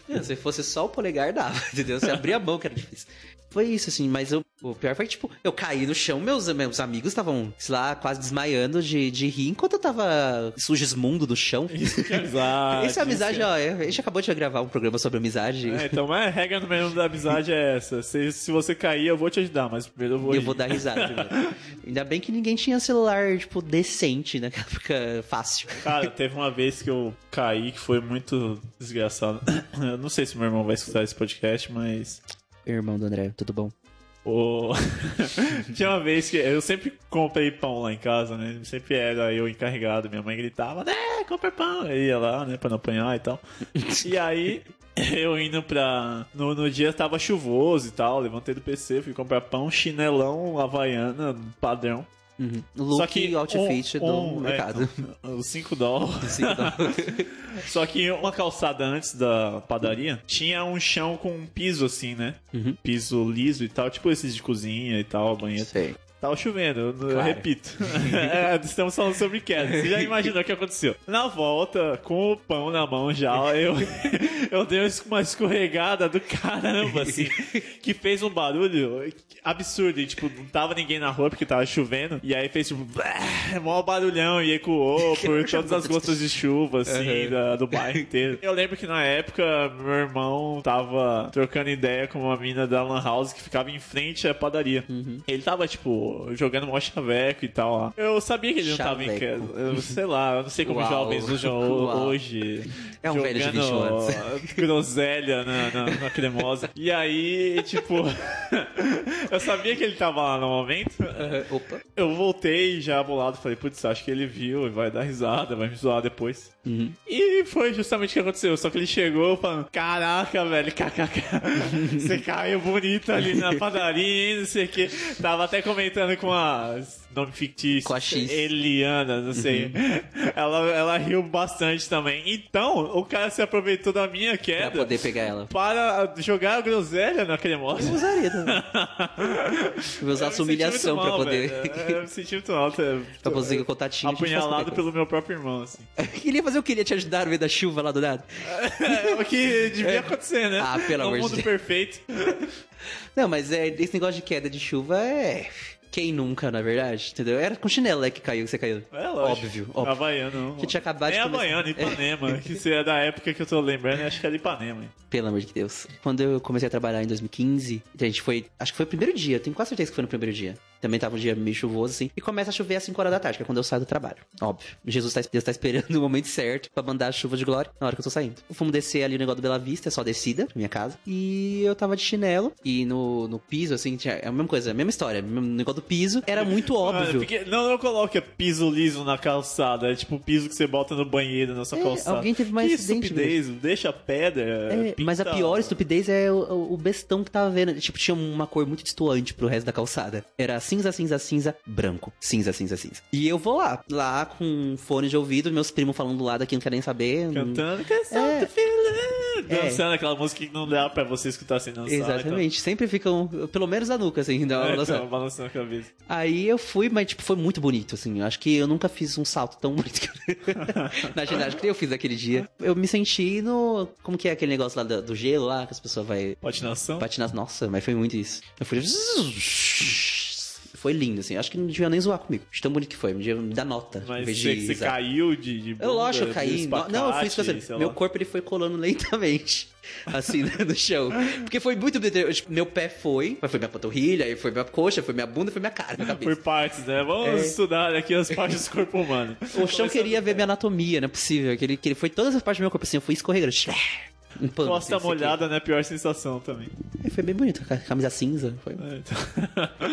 Speaker 2: Não, se fosse só o polegar, dava, entendeu? Você abria a mão, que era difícil. Foi isso, assim, mas eu O pior foi que, tipo, eu caí no chão, meus, meus amigos estavam, sei lá, quase desmaiando de, de rir enquanto eu tava sugismundo do chão.
Speaker 1: Isso que é amizade. assim.
Speaker 2: Essa amizade, ó, a gente acabou de gravar um programa sobre amizade.
Speaker 1: É, então, mas a regra no meio da amizade é essa. Se, se você cair, eu vou te ajudar, mas primeiro eu vou.
Speaker 2: E eu
Speaker 1: ir.
Speaker 2: vou dar risada. primeiro. Ainda bem que ninguém tinha celular, tipo, decente naquela época fácil.
Speaker 1: Cara, teve uma vez que eu caí que foi muito desgraçado. Eu não sei se meu irmão vai escutar esse podcast, mas.
Speaker 2: Irmão do André, tudo bom?
Speaker 1: o- Tinha uma vez que eu sempre comprei pão lá em casa, né? Sempre era eu encarregado. Minha mãe gritava, né? Compra pão. Eu ia lá, né? Pra não apanhar e tal. E aí, eu indo pra. No, no dia tava chuvoso e tal. Levantei do PC, fui comprar pão, chinelão, havaiana, padrão.
Speaker 2: Uhum. Look
Speaker 1: Só que
Speaker 2: e outfit
Speaker 1: um-
Speaker 2: do
Speaker 1: um-
Speaker 2: mercado.
Speaker 1: É, os 5 dólares.
Speaker 2: Sim, então.
Speaker 1: Só que uma calçada antes da padaria tinha um chão com um piso assim, né?
Speaker 2: Uhum.
Speaker 1: Piso liso e tal, tipo esses de cozinha e tal, banheiro.
Speaker 2: Sei.
Speaker 1: Tava chovendo, eu, eu
Speaker 2: Claro.
Speaker 1: repito. É, estamos falando sobre queda. Você já imaginou o que aconteceu? Na volta, com o pão na mão já, eu, eu dei uma escorregada do caramba, assim, que fez um barulho absurdo. E, tipo, não tava ninguém na rua porque tava chovendo. E aí fez, tipo, blá, mó barulhão e ecoou por todas as gotas de chuva, assim,
Speaker 2: Uhum.
Speaker 1: da- do bairro inteiro. Eu lembro que na época, meu irmão tava trocando ideia com uma mina da Lan House que ficava em frente à padaria. Ele tava, tipo, jogando mó chaveco e tal lá. Eu sabia que ele não tava em casa.
Speaker 2: Chaveco.
Speaker 1: Eu, sei lá, eu não sei como
Speaker 2: Uau.
Speaker 1: jovens usam
Speaker 2: Uau.
Speaker 1: hoje.
Speaker 2: É um velho de
Speaker 1: jogando
Speaker 2: 21 anos.
Speaker 1: groselha na, na, na cremosa. E aí, tipo, eu sabia que ele tava lá no momento.
Speaker 2: Opa.
Speaker 1: Eu voltei já bolado, falei, putz, acho que ele viu, vai dar risada, vai me zoar depois.
Speaker 2: Uhum.
Speaker 1: E foi justamente o que aconteceu. Só que ele chegou falando: Caraca, velho, kkk, você caiu bonito ali na padaria, hein, não sei o que. Tava até comentando com a. Nome fictício.
Speaker 2: Com a X. Uhum.
Speaker 1: Eliana, não sei. Ela, ela riu bastante também. Então, o cara se aproveitou da minha
Speaker 2: Pra
Speaker 1: queda
Speaker 2: poder pegar ela.
Speaker 1: para jogar a groselha na cremosa.
Speaker 2: Usaria também. Vou usar
Speaker 1: Eu me
Speaker 2: essa
Speaker 1: senti
Speaker 2: humilhação
Speaker 1: muito
Speaker 2: pra
Speaker 1: mal,
Speaker 2: poder.
Speaker 1: velho. É, Eu me senti muito mal.
Speaker 2: pra Tá, conseguir o contatinho. a gente faz
Speaker 1: Apunhalado
Speaker 2: qualquer
Speaker 1: pelo meu próprio irmão, assim.
Speaker 2: coisa. Ele ia fazer o que? Ele ia te ajudar no meio da chuva lá do nada?
Speaker 1: É o que devia acontecer, né?
Speaker 2: Ah, pelo
Speaker 1: No
Speaker 2: amor de
Speaker 1: mundo
Speaker 2: Deus.
Speaker 1: perfeito.
Speaker 2: Não, mas é, esse negócio de queda de chuva é. Quem nunca, na verdade? Entendeu? Era com chinelo né, que caiu, que você caiu.
Speaker 1: É lógico.
Speaker 2: Óbvio, óbvio.
Speaker 1: Havaiano. não.
Speaker 2: Que tinha acabado
Speaker 1: Nem
Speaker 2: de começar.
Speaker 1: Havaiano, Ipanema. que isso é da época que eu tô lembrando, acho que era Ipanema.
Speaker 2: Pelo amor de Deus. Quando eu comecei a trabalhar em 2015, a gente foi. Acho que foi o primeiro dia, eu tenho quase certeza que foi no primeiro dia. Também tava um dia meio chuvoso, assim. E começa a chover às 5 horas da tarde, que é quando eu saio do trabalho. Óbvio. Jesus tá, Deus tá esperando o momento certo pra mandar a chuva de glória na hora que eu tô saindo. Fomos descer ali o negócio do Bela Vista, é só descida pra minha casa. E eu tava de chinelo. E no, no piso, assim, tinha, é a mesma coisa, a mesma história. O negócio do piso era muito
Speaker 1: Mano,
Speaker 2: óbvio.
Speaker 1: Ah, porque- não, não coloca piso liso na calçada. É tipo piso que você bota no banheiro, na sua
Speaker 2: É,
Speaker 1: calçada.
Speaker 2: alguém teve mais
Speaker 1: que
Speaker 2: acidente
Speaker 1: estupidez. Deixa pedra.
Speaker 2: É,
Speaker 1: pinta-
Speaker 2: mas a pior estupidez é o- o, o bestão que tava vendo. Tipo, tinha uma cor muito distoante pro resto da calçada. Era cinza, cinza, cinza, branco. Cinza, cinza, cinza. E eu vou lá, lá com fone de ouvido, meus primos falando do lado aqui, não querem saber.
Speaker 1: Cantando. canção
Speaker 2: É.
Speaker 1: do filé. Dançando aquela música que não dá pra você escutar sem dançar.
Speaker 2: Exatamente, sempre ficam, pelo menos a nuca, assim, da
Speaker 1: Então, é,
Speaker 2: hora.
Speaker 1: então, balançando a cabeça.
Speaker 2: Aí eu fui, mas tipo, foi muito bonito, assim. Eu acho que eu nunca fiz um salto tão bonito que na ginástica que eu fiz naquele dia. Eu me senti no. Como que é aquele negócio lá do, do gelo lá, que as pessoas vai
Speaker 1: Patinação.
Speaker 2: Patinar, nossa, mas foi muito isso. Eu fui. Foi lindo, assim. Acho que não devia nem zoar comigo. De tão bonito que foi. Devia me dar nota. em
Speaker 1: Mas
Speaker 2: vez
Speaker 1: você,
Speaker 2: de
Speaker 1: você
Speaker 2: zero.
Speaker 1: caiu de, de bunda,
Speaker 2: Eu lógico, eu caí.
Speaker 1: de
Speaker 2: No- Não, eu fui isso que eu
Speaker 1: espacate,
Speaker 2: sei.
Speaker 1: sei
Speaker 2: Meu
Speaker 1: lá.
Speaker 2: corpo ele foi colando lentamente. Assim, né, no chão. Porque foi muito. deter- tipo, Meu pé foi. Mas foi minha panturrilha, aí foi minha coxa, foi minha bunda, foi minha cara, minha
Speaker 1: Por
Speaker 2: cabeça.
Speaker 1: partes, né? Vamos
Speaker 2: É.
Speaker 1: estudar aqui as partes do corpo humano.
Speaker 2: O chão queria ver minha anatomia, não é possível. Que ele, que ele foi todas as partes do meu corpo assim, eu fui escorregando. Um pano.
Speaker 1: Costa
Speaker 2: assim, não sei o quê.
Speaker 1: molhada, né? Pior sensação também.
Speaker 2: Aí Foi bem bonito. a Camisa cinza. Foi
Speaker 1: É,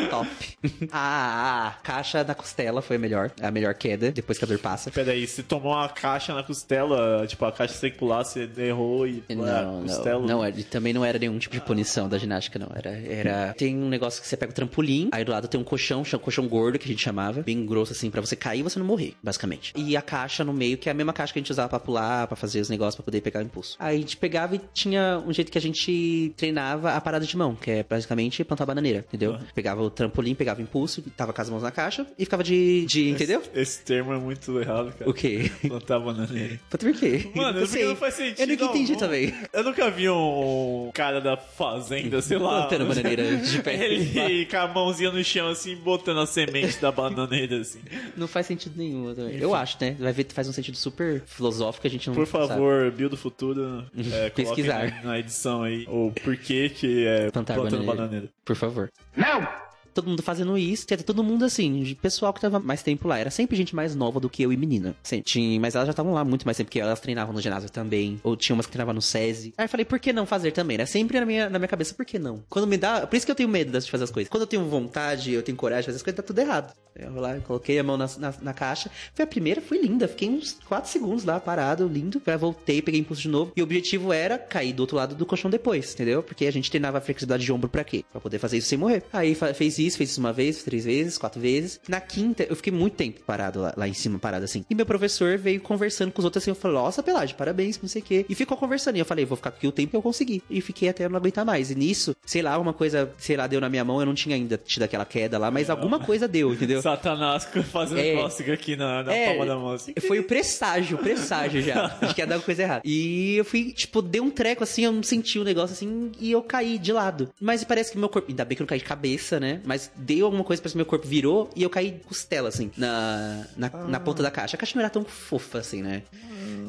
Speaker 1: então.
Speaker 2: Top. ah, a caixa da costela foi a melhor. É A melhor queda, depois que a dor passa.
Speaker 1: Peraí, você tomou uma caixa na costela, tipo, a caixa circular, você errou e... Ah,
Speaker 2: Não, não,
Speaker 1: costela.
Speaker 2: não, é. ele também não era nenhum tipo de punição da ginástica, não. Era, era. Tem um negócio que você pega o trampolim, aí do lado tem um colchão, chama- colchão gordo que a gente chamava, bem grosso assim, pra você cair e você não morrer, basicamente. E a caixa no meio, que é a mesma caixa que a gente usava pra pular, pra fazer os negócios, pra poder pegar o impulso. Aí a gente pegou pegava e tinha um jeito que a gente treinava a parada de mão, que é basicamente plantar bananeira, entendeu?
Speaker 1: Uhum.
Speaker 2: Pegava o trampolim, pegava o impulso, tava com as mãos na caixa e ficava de. de entendeu?
Speaker 1: Esse, esse termo é muito errado, cara.
Speaker 2: O quê?
Speaker 1: Plantar bananeira.
Speaker 2: Por quê?
Speaker 1: Mano, é
Speaker 2: eu
Speaker 1: porque não faz sentido
Speaker 2: Eu nunca entendi
Speaker 1: algum.
Speaker 2: também.
Speaker 1: Eu nunca vi um cara da fazenda, sei lá. né?
Speaker 2: Plantando bananeira de pé.
Speaker 1: Ele com a mãozinha no chão, assim, botando a semente da bananeira, assim.
Speaker 2: Não faz sentido nenhum também. Eu acho, né? Vai ver que faz um sentido super filosófico, a gente não
Speaker 1: Por
Speaker 2: Hum, sabe.
Speaker 1: favor, Bill do Futuro, é, coloquem
Speaker 2: Pesquisar.
Speaker 1: na- na edição aí o porquê que é
Speaker 2: Plantar
Speaker 1: plantando
Speaker 2: bananeira.
Speaker 1: bananeira.
Speaker 2: Por favor. Não! Todo mundo fazendo isso, tinha todo mundo assim, de pessoal que tava mais tempo lá. Era sempre gente mais nova do que eu e menina. Sempre. Tinha- Mas elas já estavam lá muito mais tempo que eu. Elas treinavam no ginásio também. Ou tinha umas que treinavam no SESI. Aí eu falei, por que não fazer também? Era sempre na minha, na minha cabeça, por que não? Quando me dá. Por isso que eu tenho medo de fazer as coisas. Quando eu tenho vontade, eu tenho coragem de fazer as coisas, tá tudo errado. Eu vou lá, eu coloquei a mão na, na, na caixa. Foi a primeira, foi linda. Fiquei uns 4 segundos lá, parado, lindo. Aí voltei, peguei impulso de novo. E o objetivo era cair do outro lado do colchão depois, entendeu? Porque a gente treinava a flexibilidade de ombro pra quê? Pra poder fazer isso sem morrer. Aí fa- fez isso, fez isso uma vez, três vezes, quatro vezes. Na quinta, eu fiquei muito tempo parado lá, lá em cima, parado assim. E meu professor veio conversando com os outros assim. Eu falei, nossa, Pelagem, parabéns, não sei o quê. E ficou conversando. E eu falei, vou ficar aqui o tempo que eu conseguir. E fiquei até eu não aguentar mais. E nisso, sei lá, uma coisa, sei lá, deu na minha mão. Eu não tinha ainda tido aquela queda lá, mas alguma coisa deu, entendeu?
Speaker 1: Satanás fazendo
Speaker 2: É.
Speaker 1: cócega aqui na, na
Speaker 2: É.
Speaker 1: palma da mão, assim.
Speaker 2: Foi o presságio, o presságio já. Acho que ia dar uma coisa errada. E eu fui, tipo, dei um treco assim, eu não senti o negócio assim, e eu caí de lado. Mas parece que meu corpo. Ainda bem que eu não caí de cabeça, né? Mas deu alguma coisa, parece que meu corpo virou e eu caí de costela, assim, na, na, na ponta da caixa. A caixa não era tão fofa assim, né?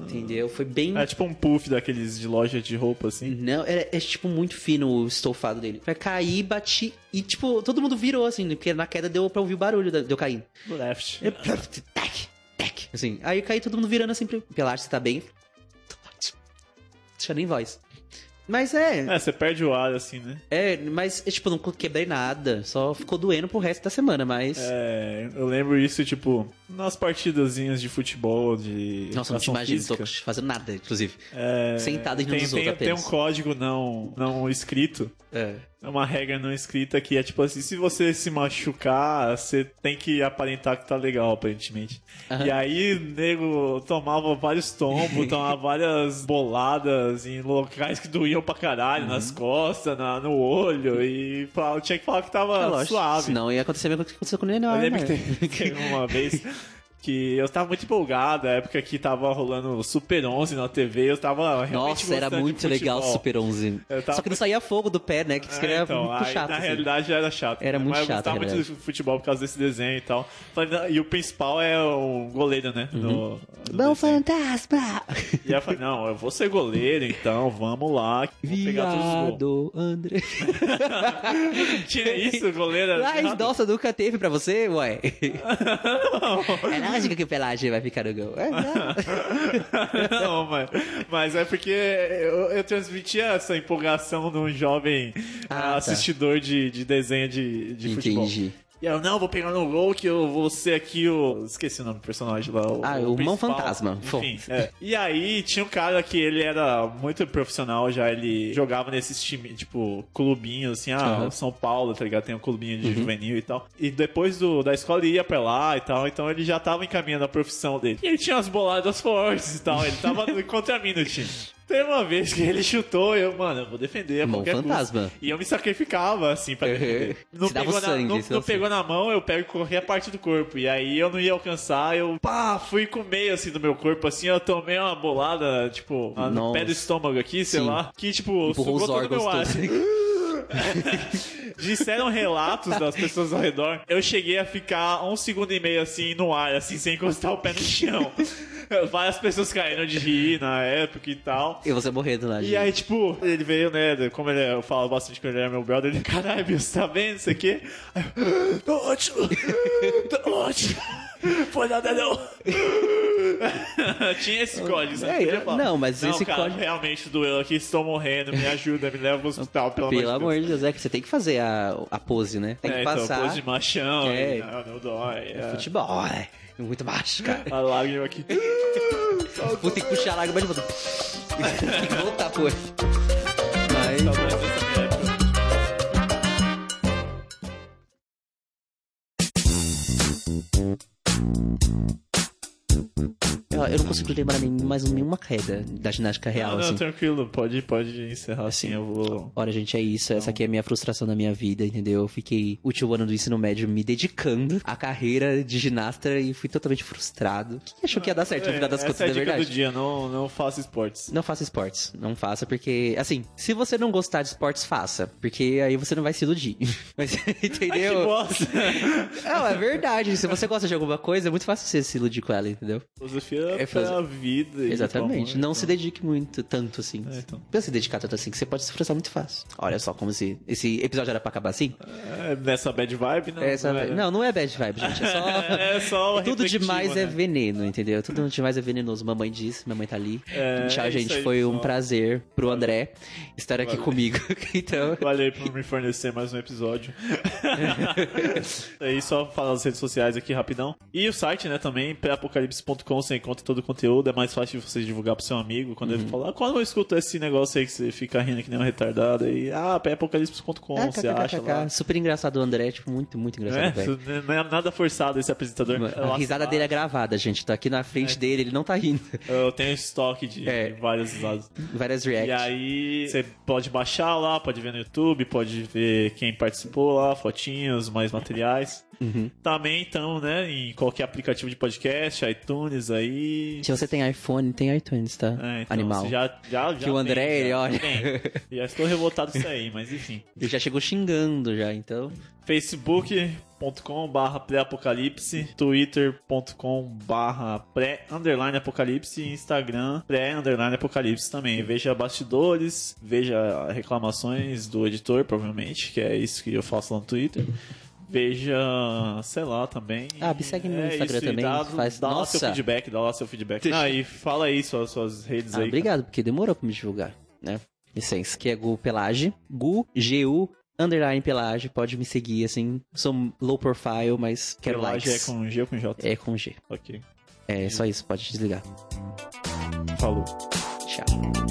Speaker 2: Entendeu? Foi bem.
Speaker 1: É tipo um puff daqueles de loja de roupa, assim.
Speaker 2: Não, era, é, tipo muito fino o estofado dele. Vai cair, bati. E, tipo, todo mundo virou, assim, né? porque na queda deu pra ouvir o barulho da- de eu caindo.
Speaker 1: Left.
Speaker 2: Eu- Tac, tac. Assim, aí eu caí todo mundo virando assim, pra- Pelar, você tá bem? Tô ótimo. Não Tinha nem voz. Mas é,
Speaker 1: É, você perde o ar, assim, né?
Speaker 2: é, mas tipo, não quebrei nada, só ficou doendo pro resto da semana, mas...
Speaker 1: É, eu lembro isso, tipo, nas partidazinhas de futebol, de.
Speaker 2: Nossa, não te
Speaker 1: educação
Speaker 2: imagino, não tô
Speaker 1: física.
Speaker 2: fazendo nada, inclusive.
Speaker 1: É,
Speaker 2: Sentado em um
Speaker 1: tem,
Speaker 2: dos
Speaker 1: tem,
Speaker 2: outros
Speaker 1: tem um
Speaker 2: apenas.
Speaker 1: código não, não escrito.
Speaker 2: É.
Speaker 1: É uma regra não escrita que é tipo assim, se você se machucar, você tem que aparentar que tá legal, aparentemente.
Speaker 2: Aham.
Speaker 1: E aí, nego tomava vários tombos, tomava várias boladas em locais que doíam pra
Speaker 2: Uhum.
Speaker 1: caralho, nas costas, na- no olho, e falava- tinha que falar que
Speaker 2: É
Speaker 1: tava
Speaker 2: lógico,
Speaker 1: Ah, suave.
Speaker 2: Senão ia acontecer mesmo o que aconteceu com o Nenel.
Speaker 1: Eu lembro
Speaker 2: né?
Speaker 1: que teve, teve uma vez que eu tava muito empolgado, a época que tava rolando Super 11 na TV, eu tava realmente
Speaker 2: Nossa, era
Speaker 1: gostando de
Speaker 2: muito legal
Speaker 1: futebol.
Speaker 2: Super 11.
Speaker 1: Eu tava-
Speaker 2: Só que não saía fogo do pé, né? Que diz que
Speaker 1: É,
Speaker 2: era
Speaker 1: então,
Speaker 2: muito
Speaker 1: aí,
Speaker 2: chato.
Speaker 1: Na
Speaker 2: assim.
Speaker 1: realidade era chato.
Speaker 2: Era
Speaker 1: né?
Speaker 2: muito
Speaker 1: Mas
Speaker 2: chato,
Speaker 1: eu gostava
Speaker 2: na
Speaker 1: muito
Speaker 2: verdade.
Speaker 1: do futebol por causa desse desenho e tal. Falei, não, E o principal é o goleiro, né?
Speaker 2: Uhum.
Speaker 1: No, no
Speaker 2: Bom
Speaker 1: desenho.
Speaker 2: fantasma!
Speaker 1: E aí eu falei, não, eu vou ser goleiro, então vamos lá. Vou pegar todos os gols.
Speaker 2: Viado, André.
Speaker 1: Tira isso, goleiro.
Speaker 2: Mas,
Speaker 1: é nada.
Speaker 2: nossa, nunca teve pra você, ué. É lógico que o Pelagem vai ficar no gol. É, é.
Speaker 1: não, mas, mas é porque eu, eu transmitia essa empolgação de um jovem
Speaker 2: Ah, tá.
Speaker 1: assistidor de, de desenho de, de futebol.
Speaker 2: Entendi.
Speaker 1: E eu, não, vou pegar no gol que eu vou ser aqui o. Esqueci o nome do personagem lá. O,
Speaker 2: Ah, o Mão Fantasma.
Speaker 1: Enfim, é. E aí tinha um cara que ele era muito profissional já, ele jogava nesses times, tipo, clubinhos, assim, ah,
Speaker 2: Aham. Uhum.
Speaker 1: São Paulo, tá ligado? Tem um clubinho de juvenil e tal. E depois do, da escola ele ia pra lá e tal, então ele já tava encaminhando a profissão dele. E ele tinha umas boladas fortes e tal, ele tava contra mim no time. Teve uma vez que ele chutou, eu, mano, eu vou defender a
Speaker 2: Mão
Speaker 1: qualquer É custo.
Speaker 2: fantasma.
Speaker 1: E eu me sacrificava, assim, pra
Speaker 2: Uhum.
Speaker 1: defender. Não
Speaker 2: Você dava
Speaker 1: pegou,
Speaker 2: o
Speaker 1: na,
Speaker 2: sangue,
Speaker 1: não-
Speaker 2: você
Speaker 1: não
Speaker 2: dava o
Speaker 1: pegou na mão, eu pego e corri a parte do corpo. E aí eu não ia alcançar, eu pá, fui com o meio assim do meu corpo, assim, eu tomei uma bolada, tipo, na- no
Speaker 2: Nossa.
Speaker 1: pé do estômago aqui, sei
Speaker 2: Sim.
Speaker 1: lá, que tipo,
Speaker 2: Empurrou
Speaker 1: sugou
Speaker 2: os
Speaker 1: todo o
Speaker 2: órgãos
Speaker 1: meu ar.
Speaker 2: todos.
Speaker 1: assim. Disseram relatos das pessoas ao redor. Eu cheguei a ficar um segundo e meio assim no ar, assim, sem encostar o pé no chão. Várias pessoas caíram de rir na época e tal.
Speaker 2: E você morrendo lá,
Speaker 1: E aí, tipo, ele veio, né? Como ele, eu falo bastante que ele era meu brother, ele, caralho, Bill, você tá vendo isso aqui? Aí eu, Tô ótimo! Tô ótimo! Foi nada não! Tinha esse código, né? você
Speaker 2: É,
Speaker 1: podia
Speaker 2: eu-
Speaker 1: falar.
Speaker 2: não, mas esse
Speaker 1: cara,
Speaker 2: código-
Speaker 1: realmente doeu aqui, estou morrendo, me ajuda, me leva pro hospital, pelo,
Speaker 2: Pelo
Speaker 1: amor
Speaker 2: amor de Deus, é que você tem que fazer a, a pose, né? Tem
Speaker 1: É,
Speaker 2: que
Speaker 1: então,
Speaker 2: passar.
Speaker 1: pose de machão,
Speaker 2: É.
Speaker 1: não, não dói. é.
Speaker 2: Futebol, é. Muito baixo, cara.
Speaker 1: A lágrima aqui.
Speaker 2: Vou ter que puxar a água mas de volta. Tem que voltar, pô. Mas...
Speaker 1: Saudades dessa minha época.
Speaker 2: Eu, eu não consigo lembrar nem mais nenhuma queda da ginástica real,
Speaker 1: não, não,
Speaker 2: assim.
Speaker 1: tranquilo, pode, pode encerrar assim, eu vou.
Speaker 2: Olha, gente, é isso.
Speaker 1: Então
Speaker 2: Essa aqui é a minha frustração da minha vida, entendeu? Eu fiquei o último ano do ensino médio me dedicando à carreira de ginasta e fui totalmente frustrado. Quem achou que ia dar certo no
Speaker 1: É,
Speaker 2: final das
Speaker 1: essa
Speaker 2: contas,
Speaker 1: é a
Speaker 2: na
Speaker 1: dica
Speaker 2: verdade?
Speaker 1: do dia, não, não faça esportes.
Speaker 2: Não faça esportes. Não faça, porque, assim, se você não gostar de esportes, faça. Porque aí você não vai se iludir. Mas,
Speaker 1: Que
Speaker 2: entendeu?
Speaker 1: bosta!
Speaker 2: não, é verdade. Se você gosta de alguma coisa, é muito fácil você se iludir com ela, entendeu?
Speaker 1: Filosofia é
Speaker 2: É
Speaker 1: pra
Speaker 2: filoso-
Speaker 1: vida. e
Speaker 2: Exatamente.
Speaker 1: pra
Speaker 2: Não
Speaker 1: morte,
Speaker 2: se dedique muito, tanto assim.
Speaker 1: É, então.
Speaker 2: Pra se dedicar tanto assim, que você pode se frustrar muito fácil. Olha só como se esse episódio era pra acabar assim.
Speaker 1: É, nessa bad vibe, não.
Speaker 2: Essa-
Speaker 1: não, era.
Speaker 2: Não, não é bad vibe, gente. É só.
Speaker 1: É só o
Speaker 2: Tudo
Speaker 1: reflexivo,
Speaker 2: demais
Speaker 1: né?
Speaker 2: é veneno, entendeu? Tudo demais é venenoso. Mamãe disse, mamãe tá ali.
Speaker 1: É,
Speaker 2: Tchau,
Speaker 1: é isso
Speaker 2: gente.
Speaker 1: aí,
Speaker 2: Foi um
Speaker 1: pessoal.
Speaker 2: prazer pro André estar aqui
Speaker 1: Valeu.
Speaker 2: comigo. Então,
Speaker 1: Valeu aí por me fornecer mais um episódio. aí só falar as redes sociais aqui rapidão. E o site, né, também, pré-apocalipse.com, você encontra todo o conteúdo. É mais fácil você divulgar pro seu amigo quando
Speaker 2: Uhum.
Speaker 1: ele falar. Quando eu escuto esse negócio aí que você fica rindo que nem um retardado aí, ah, pré-apocalipse.com,
Speaker 2: Ah,
Speaker 1: você acha lá.
Speaker 2: super engraçado o André, tipo, muito, muito engraçado,
Speaker 1: É,
Speaker 2: velho.
Speaker 1: não é nada forçado esse apresentador. Eu
Speaker 2: A
Speaker 1: acho
Speaker 2: risada
Speaker 1: lá-
Speaker 2: dele é gravada, gente. Tá aqui na
Speaker 1: É.
Speaker 2: frente dele, ele não tá rindo.
Speaker 1: Eu tenho estoque de,
Speaker 2: É.
Speaker 1: de vários lados.
Speaker 2: Várias
Speaker 1: E
Speaker 2: reacts.
Speaker 1: aí, você pode baixar lá, pode ver no YouTube, pode ver quem participou lá, fotinhos, mais materiais.
Speaker 2: Uhum.
Speaker 1: Também, então, né, em qualquer aplicativo de podcast, iTunes aí.
Speaker 2: Se você tem iPhone, tem iTunes, tá?
Speaker 1: É, então,
Speaker 2: Animal.
Speaker 1: você Já, já, já
Speaker 2: Que o André,
Speaker 1: tem,
Speaker 2: ele
Speaker 1: já
Speaker 2: olha.
Speaker 1: tem. Já estou revoltado com isso aí, mas enfim.
Speaker 2: Ele já chegou xingando já, então.
Speaker 1: facebook.com barra pré-apocalipse, twitter.com barra pré-apocalipse e instagram pré-apocalipse também. Veja bastidores, veja reclamações do editor, provavelmente, que é isso que eu faço lá no twitter. Veja, sei lá, também.
Speaker 2: Ah, me segue no
Speaker 1: É
Speaker 2: Instagram
Speaker 1: isso, e
Speaker 2: também,
Speaker 1: Dá,
Speaker 2: faz-
Speaker 1: dá lá seu
Speaker 2: Nossa!
Speaker 1: feedback, dá lá seu feedback.
Speaker 2: Deixa-
Speaker 1: Ah, e fala aí suas, suas redes
Speaker 2: Ah,
Speaker 1: aí.
Speaker 2: obrigado, porque demorou pra me divulgar, né? Licença. Que é Gu Pelage. Gu, G-U, underline Pelage. Pode me seguir, assim. Sou low profile, mas quero
Speaker 1: Pelagem
Speaker 2: likes.
Speaker 1: É com G ou com J?
Speaker 2: É com G.
Speaker 1: Ok.
Speaker 2: É só isso, pode desligar.
Speaker 1: Falou.
Speaker 2: Tchau.